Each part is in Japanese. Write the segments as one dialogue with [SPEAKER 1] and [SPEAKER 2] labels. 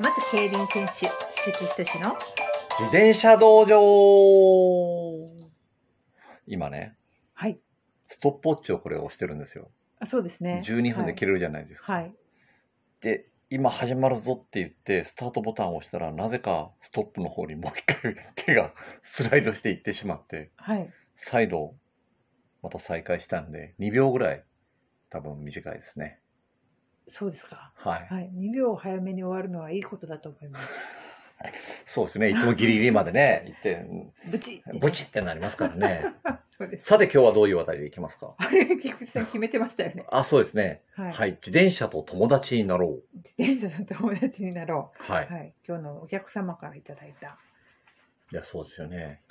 [SPEAKER 1] まず競輪選手、菊池仁の。
[SPEAKER 2] 自転車道場今ね、
[SPEAKER 1] はい。
[SPEAKER 2] ストップウォッチをこれ押してるんですよ。
[SPEAKER 1] あ、そうですね。
[SPEAKER 2] 12分で切れるじゃないですか。
[SPEAKER 1] はい。
[SPEAKER 2] で、今始まるぞって言って、スタートボタンを押したら、なぜかストップの方にもう一回手が スライドしていってしまって、
[SPEAKER 1] はい。
[SPEAKER 2] 再度、また再開したんで、2秒ぐらい、多分短いですね。
[SPEAKER 1] そうですか。
[SPEAKER 2] はい。
[SPEAKER 1] はい。2秒早めに終わるのはいいことだと思います。
[SPEAKER 2] そうですね。いつもギリギリまでね、行って、
[SPEAKER 1] ブチ
[SPEAKER 2] うんボチってなりますからね。
[SPEAKER 1] そうです。
[SPEAKER 2] さて今日はどういう話題でいきますか
[SPEAKER 1] あれ、菊池さん決めてましたよね。
[SPEAKER 2] あ、そうですね。
[SPEAKER 1] はい。
[SPEAKER 2] はい、自転車と友達になろう。
[SPEAKER 1] 自転車の友達になろ
[SPEAKER 2] は
[SPEAKER 1] う。
[SPEAKER 2] い、
[SPEAKER 1] はい。今日のお客様からいただいた。
[SPEAKER 2] いや、そうですよね。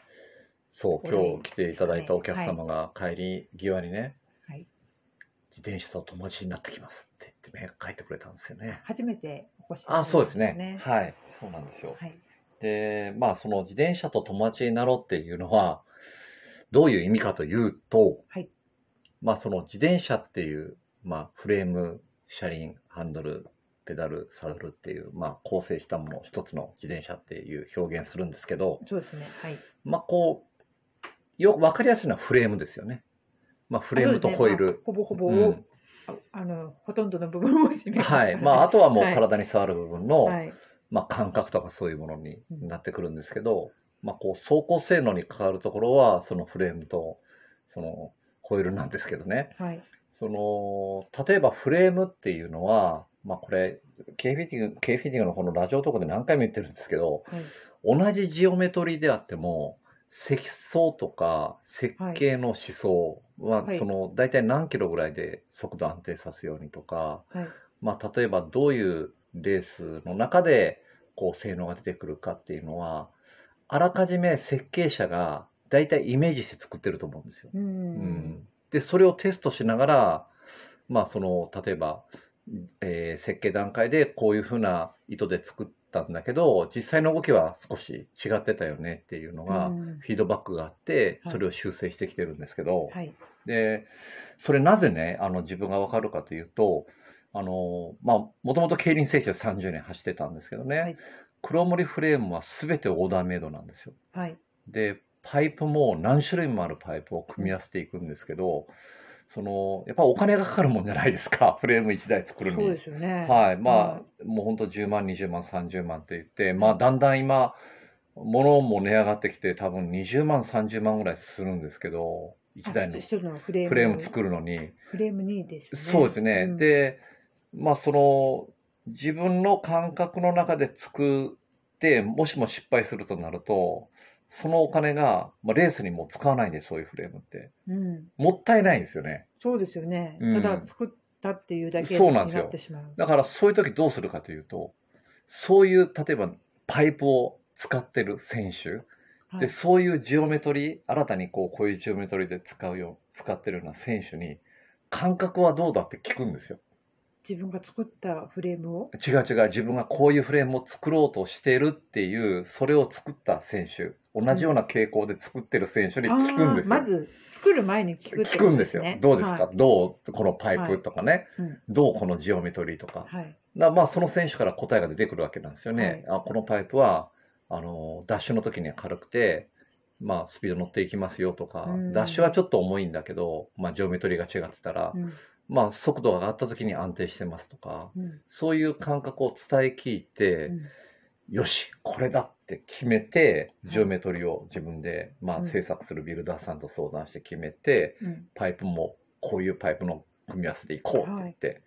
[SPEAKER 2] そう、
[SPEAKER 1] これ
[SPEAKER 2] 今日来ていただいたお客様が帰り際にね。
[SPEAKER 1] はい
[SPEAKER 2] 自転車と友達になってきますって言ってね、帰ってくれたんですよね。
[SPEAKER 1] 初めてお越しいただ
[SPEAKER 2] あ、
[SPEAKER 1] いたん
[SPEAKER 2] そうですね。。はい、そうなんですよ。
[SPEAKER 1] はい。
[SPEAKER 2] で、まあ、その自転車と友達になろうっていうのは。どういう意味かというと。
[SPEAKER 1] はい
[SPEAKER 2] まあ、その自転車っていう、まあ、フレーム、車輪、ハンドル。ペダル、サドルっていう、まあ、構成したものを一つの自転車っていう表現するんですけど、
[SPEAKER 1] そうですね。はい。
[SPEAKER 2] まあ、こう、よく分かりやすいのはフレームですよね。まあ、フレームとホ
[SPEAKER 1] そうで
[SPEAKER 2] イ
[SPEAKER 1] すねまあ
[SPEAKER 2] ール。
[SPEAKER 1] ほぼほぼ、
[SPEAKER 2] うん
[SPEAKER 1] ああのほとんどの部分を占めます
[SPEAKER 2] はい。まあ、あとはもう
[SPEAKER 1] はい
[SPEAKER 2] 体に触る部分の、
[SPEAKER 1] はい、
[SPEAKER 2] まあ、感覚とかそういうものになってくるんですけど、まあ、こう、走行性能に関わるところは、そのフレームと、その、ホイールなんですけどね。
[SPEAKER 1] はい、
[SPEAKER 2] その、例えばフレームっていうのは、まあ、これ、K フィッティング、K フィッティングのこのラジオとかで何回も言ってるんですけど、
[SPEAKER 1] はい、
[SPEAKER 2] 同じジオメトリであっても積層とか設計の思想は、
[SPEAKER 1] はい
[SPEAKER 2] その大体何キロぐらいで速度安定させようにとか、
[SPEAKER 1] はい、
[SPEAKER 2] まあ、例えばどういうレースの中でこう性能が出てくるかっていうのはあらかじめ設計者が大体イメージして作ってると思うんですよ。
[SPEAKER 1] う、
[SPEAKER 2] うんんでそれをテストしながら、まあ、その例えば、えー設計段階でこういうふうな意図で作ったんだけど実際の動きは少し違ってたよねっていうのが
[SPEAKER 1] うん
[SPEAKER 2] フィードバックがあって
[SPEAKER 1] はい
[SPEAKER 2] それを修正してきてるんですけど、
[SPEAKER 1] はい、
[SPEAKER 2] でそれなぜねあの自分が分かるかというとあのまあもともと競輪選手で30年走ってたんですけどね、
[SPEAKER 1] はい
[SPEAKER 2] 黒森フレームは全てオーダーメイドなんですよ。
[SPEAKER 1] はい、
[SPEAKER 2] でパイプも何種類もあるパイプを組み合わせていくんですけどそのやっぱお金がかかるもんじゃないですか フレーム1台作るの
[SPEAKER 1] そう
[SPEAKER 2] に
[SPEAKER 1] で。すよね。
[SPEAKER 2] はい
[SPEAKER 1] は
[SPEAKER 2] まあ、もうほんと10万20万30万って言って、まあ、だんだん今物も値上がってきて多分20万30万ぐらいするんですけど1台の
[SPEAKER 1] 一つのフレーム
[SPEAKER 2] フレーム作るのに。
[SPEAKER 1] フレーム2ですよね。
[SPEAKER 2] そうですね。
[SPEAKER 1] ん、
[SPEAKER 2] で、まあその自分の感覚の中で作って、もしも失敗するとなると、そのお金が、まあ、レースにも使わないんで、そういうフレームって。
[SPEAKER 1] うん、
[SPEAKER 2] もったいないんですよね。
[SPEAKER 1] そうですよね。
[SPEAKER 2] うん
[SPEAKER 1] ただ作ったっていうだけ
[SPEAKER 2] そうなんですよ
[SPEAKER 1] にってしまう。
[SPEAKER 2] だからそういう時どうするかというと、そういう、例えばパイプを使ってる選手、
[SPEAKER 1] はい
[SPEAKER 2] で、そういうジオメトリー、新たにこう、こういうジオメトリーで使うよう、使ってるような選手に、感覚はどうだって聞くんですよ。
[SPEAKER 1] 自分が作ったフレームを、
[SPEAKER 2] 違う違う自分がこういうフレームを作ろうとしてるっていうそれを作った選手同じような傾向で作ってる選手に聞くんですよ、
[SPEAKER 1] あーまず作る前に聞くってこ
[SPEAKER 2] 聞く
[SPEAKER 1] と
[SPEAKER 2] んで
[SPEAKER 1] ですす
[SPEAKER 2] よ
[SPEAKER 1] ね。
[SPEAKER 2] どうですか、
[SPEAKER 1] はい
[SPEAKER 2] どうこのパイプとかね、
[SPEAKER 1] うん
[SPEAKER 2] どうこのジオメトリーとか,、
[SPEAKER 1] はい、
[SPEAKER 2] だまあその選手から答えが出てくるわけなんですよね、あこのパイプはあのダッシュの時には軽くてまあスピード乗っていきますよとか、
[SPEAKER 1] うん
[SPEAKER 2] ダッシュはちょっと重いんだけど、まあ、ジオメトリーが違ってたら、
[SPEAKER 1] うん
[SPEAKER 2] まあ速度が上がった時に安定してますとか
[SPEAKER 1] うん
[SPEAKER 2] そういう感覚を伝え聞いて、
[SPEAKER 1] うん
[SPEAKER 2] よしこれだって決めて
[SPEAKER 1] はい
[SPEAKER 2] ジオメトリを自分で、
[SPEAKER 1] う
[SPEAKER 2] まあ、
[SPEAKER 1] ん
[SPEAKER 2] 制作するビルダーさんと相談して決めて、
[SPEAKER 1] うん、
[SPEAKER 2] パイプもこういうパイプの組み合わせでいこうって言って、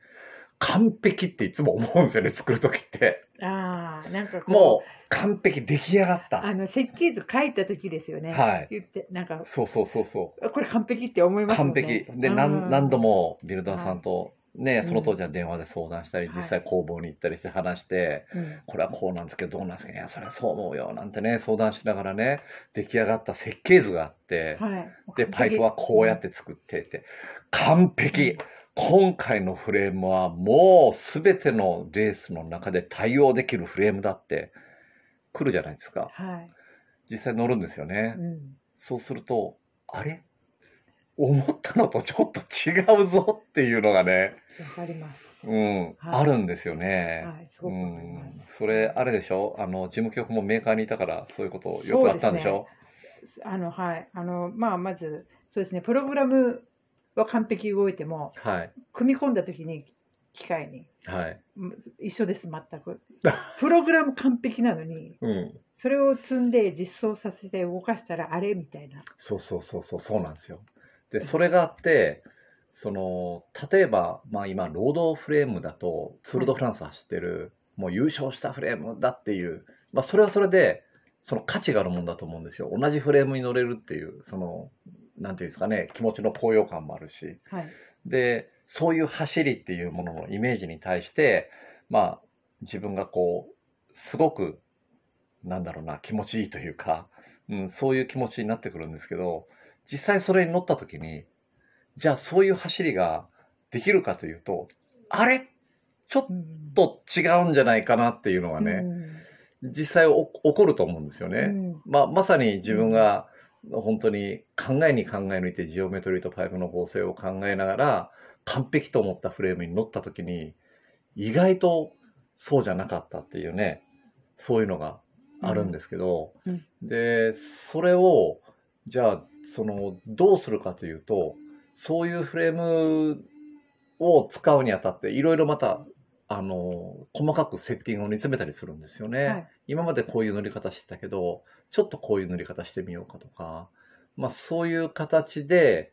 [SPEAKER 2] 完璧っていつも思うんですよね作る時って
[SPEAKER 1] ああ、なんかこう
[SPEAKER 2] もう完璧出来上がった、
[SPEAKER 1] あの設計図書いた時ですよね。
[SPEAKER 2] はい
[SPEAKER 1] 言ってなんか
[SPEAKER 2] そうそうそうそ
[SPEAKER 1] あこれ完璧って思いうますよね。
[SPEAKER 2] 完璧で
[SPEAKER 1] うん
[SPEAKER 2] 何何度もビルダーさんと、ね
[SPEAKER 1] うん
[SPEAKER 2] その当時は電話で相談したり、
[SPEAKER 1] はい
[SPEAKER 2] 実際工房に行ったりして話して、
[SPEAKER 1] うん
[SPEAKER 2] これはこうなんですけどどうなんですかいやそれはそう思うよなんてね相談しながらね出来上がった設計図があって、
[SPEAKER 1] はい。
[SPEAKER 2] でパイプはこうやって作ってって完璧今回のフレームはもう全てのレースの中で対応できるフレームだって来るじゃないですか
[SPEAKER 1] はい。
[SPEAKER 2] 実際乗るんですよね、
[SPEAKER 1] うん。
[SPEAKER 2] そうするとあれ思ったのとちょっと違うぞっていうのがね
[SPEAKER 1] わかります。
[SPEAKER 2] うん、
[SPEAKER 1] はい
[SPEAKER 2] あるんですよね。
[SPEAKER 1] はい、すごくわかります。
[SPEAKER 2] うん、それあれでしょあの事務局もメーカーにいたからそういうことよくあったんでしょ
[SPEAKER 1] あのはいあのまあまずそうですねプログラムは完璧動いても
[SPEAKER 2] はい
[SPEAKER 1] 組み込んだ時に機械に
[SPEAKER 2] はい、
[SPEAKER 1] む一緒です全 くプログラム完璧なのに
[SPEAKER 2] うん、
[SPEAKER 1] それを積んで実装させて動かしたらあれみたいな
[SPEAKER 2] そうそうそうそうそうなんですよでそれがあってその例えば、まあ、今ロードフレームだとツール・ド・フランス走ってる、もう優勝したフレームだっていう、まあ、それはそれでその価値があるもんだと思うんですよ同じフレームに乗れるっていうそのなんていうんですかね気持ちの高揚感もあるし
[SPEAKER 1] はい
[SPEAKER 2] でそういう走りっていうもののイメージに対してまあ自分がこうすごくなんだろうな気持ちいいというか、うん、そういう気持ちになってくるんですけど実際それに乗った時にじゃあそういう走りができるかというとあれちょっ
[SPEAKER 1] うん
[SPEAKER 2] と違うんじゃないかなっていうのがね、実際お起こると思うんですよね。
[SPEAKER 1] うん
[SPEAKER 2] まあ、まさに自分が本当に考えに考え抜いてジオメトリーとパイプの合成を考えながら完璧と思ったフレームに乗った時に意外とそうじゃなかったっていうねそういうのがあるんですけど、
[SPEAKER 1] うん
[SPEAKER 2] でそれをじゃあそのどうするかというとそういうフレームを使うにあたっていろいろまたあの細かくセッティングを煮詰めたりするんですよね。
[SPEAKER 1] はい
[SPEAKER 2] 今までこういう塗り方してたけどちょっとこういう塗り方してみようかとか、まあ、そういう形で、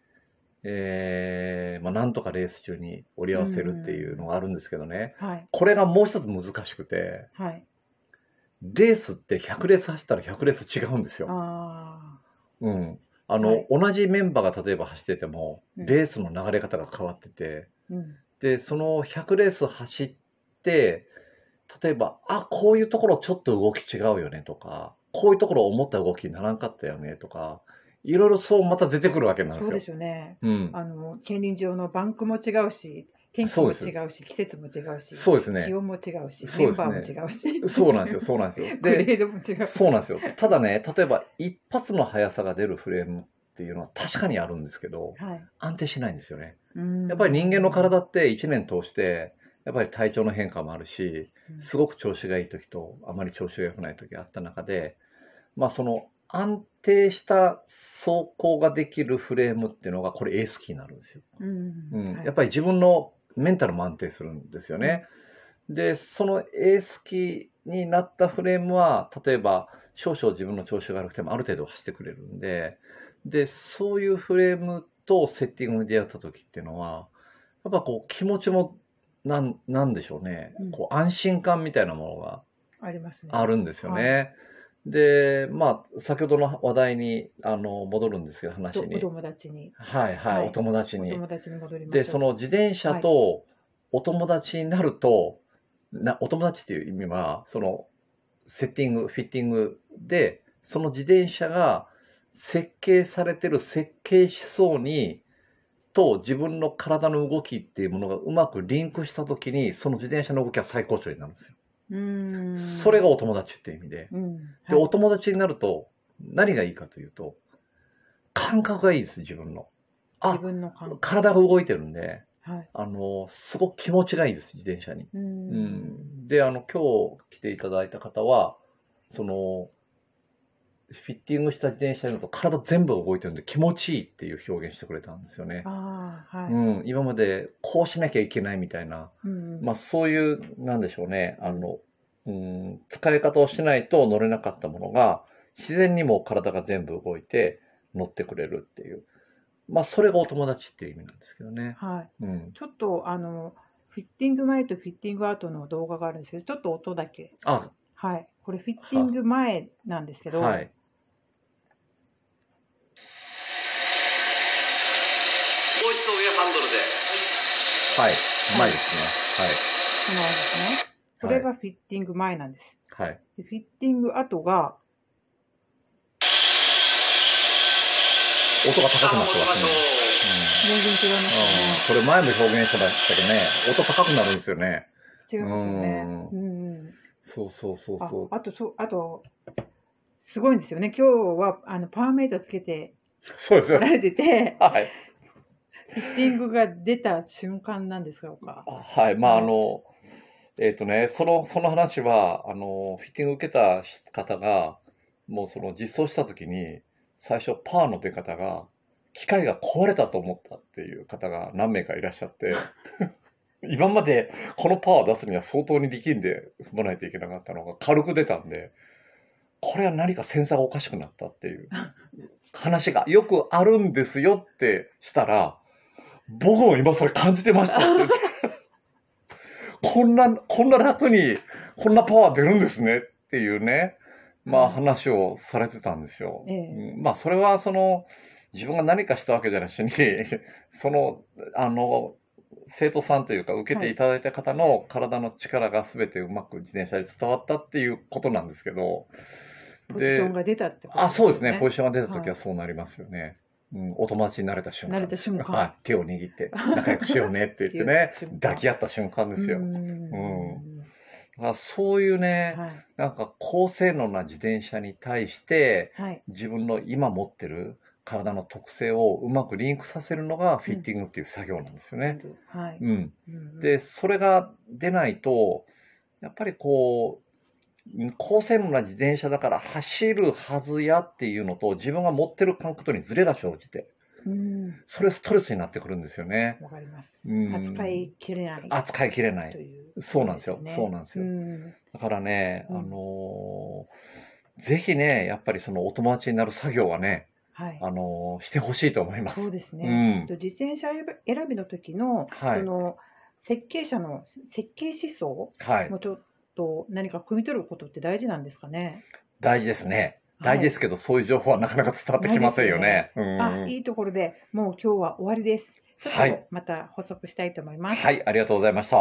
[SPEAKER 2] えーまあ、なんとかレース中に折り合わせるっていうのがあるんですけどね、
[SPEAKER 1] はい
[SPEAKER 2] これがもう一つ難しくて
[SPEAKER 1] はい
[SPEAKER 2] レースって100レース走ったら100レース違うんですよ。
[SPEAKER 1] あ
[SPEAKER 2] うんあの
[SPEAKER 1] はい
[SPEAKER 2] 同じメンバーが例えば走ってても
[SPEAKER 1] うん
[SPEAKER 2] レースの流れ方が変わってて、
[SPEAKER 1] ーうん
[SPEAKER 2] でその100レース走って例えばあこういうところちょっと動き違うよねとかこういうところ思った動きにならんかったよねとかいろいろそうまた出てくるわけなんです
[SPEAKER 1] そう
[SPEAKER 2] よ。
[SPEAKER 1] ですよね
[SPEAKER 2] うん、
[SPEAKER 1] あの競輪場のバンクも違うし天気
[SPEAKER 2] そう
[SPEAKER 1] も
[SPEAKER 2] です
[SPEAKER 1] 違うし季節も違うし
[SPEAKER 2] そうです
[SPEAKER 1] 気
[SPEAKER 2] ね。
[SPEAKER 1] 温も違うし、
[SPEAKER 2] そうですね
[SPEAKER 1] メンバーも違うし、
[SPEAKER 2] そうなんですよ。そうなんですよ。
[SPEAKER 1] グレ
[SPEAKER 2] で、
[SPEAKER 1] ードも違うし。
[SPEAKER 2] そうなんですよ。ただね、例えば一発の速さが出るフレームっていうのは確かにあるんですけど、
[SPEAKER 1] はい。
[SPEAKER 2] 安定しないんですよね。
[SPEAKER 1] うん
[SPEAKER 2] やっぱり人間の、体って1年通して、やっぱり体調の変化もあるし、
[SPEAKER 1] うん
[SPEAKER 2] すごく調子がいい時とあまり調子が良くない時があった中で、まあ、その安定した走行ができるフレームっていうのがこれエースキーになるんですよ。
[SPEAKER 1] うん
[SPEAKER 2] うん
[SPEAKER 1] はい
[SPEAKER 2] やっぱり自分のメンタルも安定するんですよね。でそのエースキーになったフレームは例えば少々自分の調子が悪くてもある程度走ってくれるんででそういうフレームとセッティングに出会った時っていうのはやっぱこう気持ちもなんなんでしょうね、
[SPEAKER 1] うん
[SPEAKER 2] こう安心感みたいなものが
[SPEAKER 1] ありますね。
[SPEAKER 2] あるんですよね。でまあ先ほどの話題にあの戻るんですけど話
[SPEAKER 1] とお
[SPEAKER 2] に。
[SPEAKER 1] 友達に、
[SPEAKER 2] はいはい、
[SPEAKER 1] はい
[SPEAKER 2] お友達
[SPEAKER 1] お
[SPEAKER 2] に。
[SPEAKER 1] 友達に戻ります。
[SPEAKER 2] でそ、の自転車とお友達になると、なお友達っていう意味はそのセッティングフィッティングでその自転車が設計されてる設計思想にと自分の体の動きっていうものがうまくリンクした時にその自転車の動きは最高潮になるんですよ。
[SPEAKER 1] うん
[SPEAKER 2] それが、お友達っていう意味で。
[SPEAKER 1] うん、
[SPEAKER 2] でお友達になると何がいいかというと感覚がいいです自分の。
[SPEAKER 1] はい
[SPEAKER 2] あ
[SPEAKER 1] 自分の感覚、
[SPEAKER 2] 体が動いてるんで。
[SPEAKER 1] はい。
[SPEAKER 2] あのすごく気持ちがいいです自転車に。
[SPEAKER 1] う
[SPEAKER 2] うんん、であの今日来ていただいた方はそのフィッティングした自転車に乗ると体全部が動いてるんで気持ちいいっていう表現してくれたんですよね。
[SPEAKER 1] ああ、はい。
[SPEAKER 2] うん、今までこうしなきゃいけないみたいな、
[SPEAKER 1] うん
[SPEAKER 2] まあ、そういうなんでしょうねあの、うん、使い方をしないと乗れなかったものが自然にもう体が全部動いて乗ってくれるっていう、まあ、それがお友達っていう意味なんですけどね。
[SPEAKER 1] はい。
[SPEAKER 2] うん、
[SPEAKER 1] ちょっと、あの、フィッティング前とフィッティング後の動画があるんですけど、ちょっと音だけ。
[SPEAKER 2] あ
[SPEAKER 1] はい。これ、フィッティング前なんですけど、
[SPEAKER 2] はい
[SPEAKER 3] もう一度上ハンドルで。
[SPEAKER 2] はい、うまいですね。はい。
[SPEAKER 1] このですね。これがフィッティング前なんです。
[SPEAKER 2] はい。
[SPEAKER 1] でフィッティング後が、
[SPEAKER 2] 音が高
[SPEAKER 3] さ
[SPEAKER 2] く
[SPEAKER 3] あ、
[SPEAKER 2] なっ
[SPEAKER 3] 戻
[SPEAKER 2] て
[SPEAKER 3] り
[SPEAKER 2] ま
[SPEAKER 3] ますしょ。
[SPEAKER 2] ね
[SPEAKER 3] う。
[SPEAKER 2] うん
[SPEAKER 1] 全然違いますよね。
[SPEAKER 2] うんこれ前も表現してましたけどね、音高くなるんですよね。
[SPEAKER 1] 違いますよね。
[SPEAKER 2] う
[SPEAKER 1] うんうん。
[SPEAKER 2] そうそうそう
[SPEAKER 1] あ
[SPEAKER 2] そう。
[SPEAKER 1] あとそうあとすごいんですよね。今日はあのパワーメーターつけて
[SPEAKER 2] そうですよ
[SPEAKER 1] られ
[SPEAKER 2] ね。
[SPEAKER 1] てて、
[SPEAKER 2] はい。
[SPEAKER 1] フィッティングが出た瞬間なんですよか。
[SPEAKER 2] はい、まああの、えっ、とね、そのその話はあのフィッティング受けた方がもうその実装した時に最初パーの出方が機械が壊れたと思ったっていう方が何名かいらっしゃ って今までこのパワーを出すには相当に力んで踏まないといけなかったのが軽く出たんでこれは何かセンサーがおかしくなったっていう話がよくあるんですよってしたら僕も今それ感じてましたってこんなこんな楽にこんなパワー出るんですねっていうねま
[SPEAKER 1] う
[SPEAKER 2] あ
[SPEAKER 1] ん
[SPEAKER 2] 話をされてたんですよ。
[SPEAKER 1] ええ
[SPEAKER 2] うんまあそれはその自分が何かしたわけじゃなし にそのあの生徒さんというか受けていただいた方の体の力が全てうまく自転車で伝わったっていうことなんですけど
[SPEAKER 1] ポジションが出たってこと
[SPEAKER 2] あそうですねポ
[SPEAKER 1] ジ
[SPEAKER 2] ジションが出た時はそうなりますよね、うん、お友達になれた瞬間
[SPEAKER 1] 慣れた瞬間
[SPEAKER 2] はい、手を握って仲良くしようね って言ってね
[SPEAKER 1] っていう瞬間
[SPEAKER 2] 抱き合った瞬間ですよ、
[SPEAKER 1] うん。
[SPEAKER 2] まあそういうね、
[SPEAKER 1] はい。
[SPEAKER 2] なんか高性能な自転車に対して
[SPEAKER 1] はい。
[SPEAKER 2] 自分の今持ってる体の特性をうまくリンクさせるのがフィッティングっていう作業なんですよね。
[SPEAKER 1] はい。
[SPEAKER 2] うん、
[SPEAKER 1] うん
[SPEAKER 2] でそれが出ないとやっぱりこううん高性能な自転車だから走るはずやっていうのと自分が持ってる感覚とにズレが生じて
[SPEAKER 1] うん。
[SPEAKER 2] それストレスになってくるんですよね。
[SPEAKER 1] わかります。
[SPEAKER 2] うん、
[SPEAKER 1] 扱いきれない。
[SPEAKER 2] 扱いきれない
[SPEAKER 1] という。
[SPEAKER 2] そうなんですよ
[SPEAKER 1] ね
[SPEAKER 2] そうなんですよ
[SPEAKER 1] うん
[SPEAKER 2] だからね、
[SPEAKER 1] うん
[SPEAKER 2] あのーぜひねやっぱりそのお友達になる作業はね、
[SPEAKER 1] はい。
[SPEAKER 2] あのーしてほしいと思います。
[SPEAKER 1] そうです
[SPEAKER 2] う
[SPEAKER 1] ね。
[SPEAKER 2] ん
[SPEAKER 1] と自転車選びの時の、
[SPEAKER 2] はい
[SPEAKER 1] その設計者の設計思想
[SPEAKER 2] はい
[SPEAKER 1] も、ちょっと何か汲み取ることって大事なんですかね。
[SPEAKER 2] 大事ですね。大事ですけど、そういう情報はなかなか伝わってきませんよね。うん
[SPEAKER 1] あ、いいところでもう今日は終わりです。ちょっ
[SPEAKER 2] はい
[SPEAKER 1] とまた補足したいと思います。
[SPEAKER 2] はい、ありがとうございました。